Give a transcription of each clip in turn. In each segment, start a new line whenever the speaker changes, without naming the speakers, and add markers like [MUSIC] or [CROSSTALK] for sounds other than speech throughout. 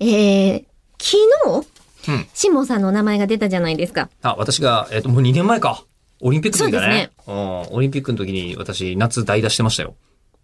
えー、昨日、
うん。
辛坊さんのお名前が出たじゃないですか。
あ、私が、えっ、と、もう2年前か。オリンピックの時だね。
そ
うん。オリンピックの時に私、夏代打してましたよ。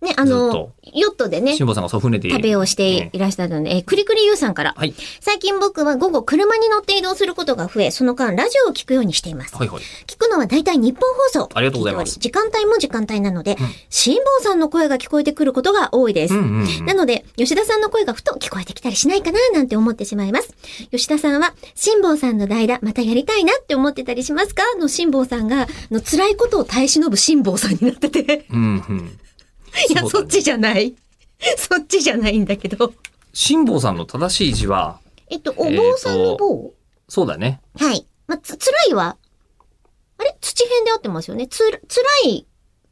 ね、あ
ずっと
の、ヨットでね、
辛坊さんがそう船で。
旅をして
う
い
ん
らっしゃったので、えーくりくりゆうさんから、
はい。
最近僕は午後車に乗って移動することが増え、その間ラジオを聞くようにしています。
はいはい。
聞くのは大体日本放送。
ありがとうございま
聞てお
す
り時間帯も時間帯なので
ん、
辛坊さんの声が聞こえてくることが多いです
うん。うん、うん。
なので、吉田さんの声がふと聞こえてきたりしないかななんて思ってしまいます。吉田さんは、辛坊さんの代打、またやりたいなって思ってたりしますかの辛坊さんが、あの辛いことを耐え忍ぶ辛坊さんになってて。
うん、うん。
いや、
そうだね
そっちじゃない。そっちじゃないんだけど。
辛坊さんの正しい字は、
えっと、お坊さんの坊、
そうだね。
はい。まあ、つ、辛いは、あれ土辺で合ってますよね。つら、辛い、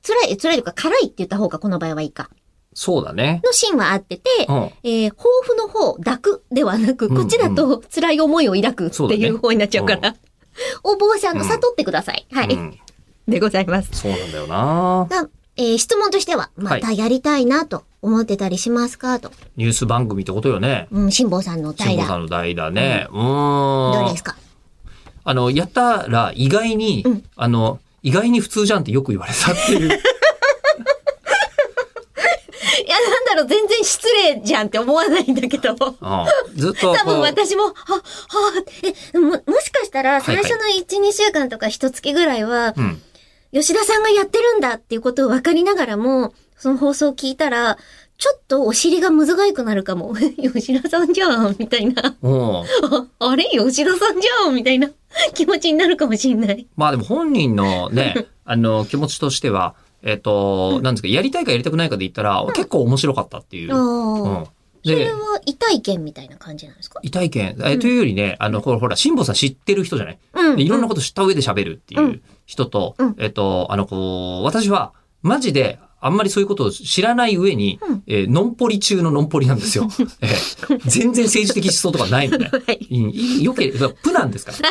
辛い、辛いというか辛いって言った方がこの場合はいいか。
そうだね。
の芯は合ってて、
うん。
えー、豊富の方、抱くではなく、
うん
こっちだと辛い思いを抱くって
そうだ
い
ね
う方になっちゃうから。お坊さんの
うん
悟ってください。はい、
うん。
でございます。
そうなんだよな。
が、えー質問としては、またやりたいなと思ってたりしますかと。
ニュース番組ってことよね。
うん、辛坊さんの
辛
代
坊さ
打。
んの代打ね。うーん。
どうですか
あの、やったら意外に、
うん
あの、意外に普通じゃんってよく言われたっていう。
いや、なんだろう、全然失礼じゃんって思わないんだけ
[LAUGHS]
ど。
うんずっとこう。
多分私も、は、は、え、も、もしかしたら、
はい
最
はい
初の1、2週間とか1月ぐらいは、
うん。
吉田さんがやってるんだっていうことを分かりながらも、その放送を聞いたら、ちょっとお尻がむずがゆくなるかも。 [LAUGHS] 吉田さんじゃん、みたいな。 [LAUGHS]
うん。
ああれ吉田さんじゃん、みたいな [LAUGHS] 気持ちになるかもしんない。
まあでも本人
[LAUGHS]
のね、あの、気持ちとしては、えっ、と、なんですか、やりたいかやりたくないかで言ったら、結構面白かったっていう。うん。
ああ。それ
で、
は痛い件みたいな感じなんですか
異体験、えというよりね、あの、ほら、ほら、辛坊さん知ってる人じゃない、
う
でいろんな
こ
こと知った上で喋るってい
うん
う人と、
うん
えっ、と、あの、こう、私は、マジで、あんまりそういうことを知らない上に、
うん
えーのんぽり中ののんぽりなんですよ。 [LAUGHS] えー全然政治的思想とかないのね。
と。はい。
いいよければ、プなんですか
[LAUGHS]
ら。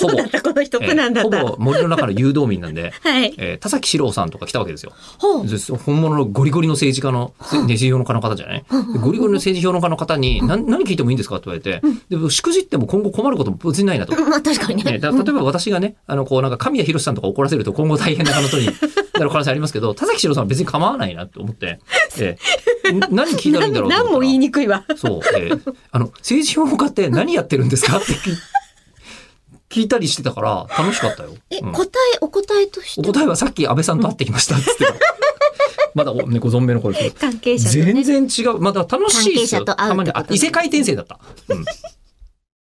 ほぼ
そうだった、この人、苦難だった。
えーほぼ森の中の誘導民なんで、
はい。
えー田崎史郎さんとか来たわけですよ。
ほう。
でそう本物のゴリゴリの政治家の、ね、政治評論家の方じゃないでゴリゴリの政治評論家の方に、な何聞いてもいいんですかって言われて、で、しくじっても今後困ることも別にないなと。
まあ確かに
ね、
ね。
だ例えば私がね、あの、こう、なんか、神谷博さんとか怒らせると今後大変な
[LAUGHS]
ことになる可能性ありますけど、田崎史郎さんは別に構わないなと
[LAUGHS]
思って、えーん何聞いたらいいんだろうと思ったら
何も言いにくいわ。
そう、えーあの、政治評論家って何やってるんですかって聞い聞いたりしてたから、楽しかったよ。
え、
うん
答え、お答えとし
お
て
答えはさっき安倍さんと会ってきましたっつ
[LAUGHS]
ってたまだお、ね、ご存命の頃ですけど
関係者とね。
全然違う。まだ楽しいです
関係者と会うっ
よ。
てこと
たまにあ異世界転生だった。うん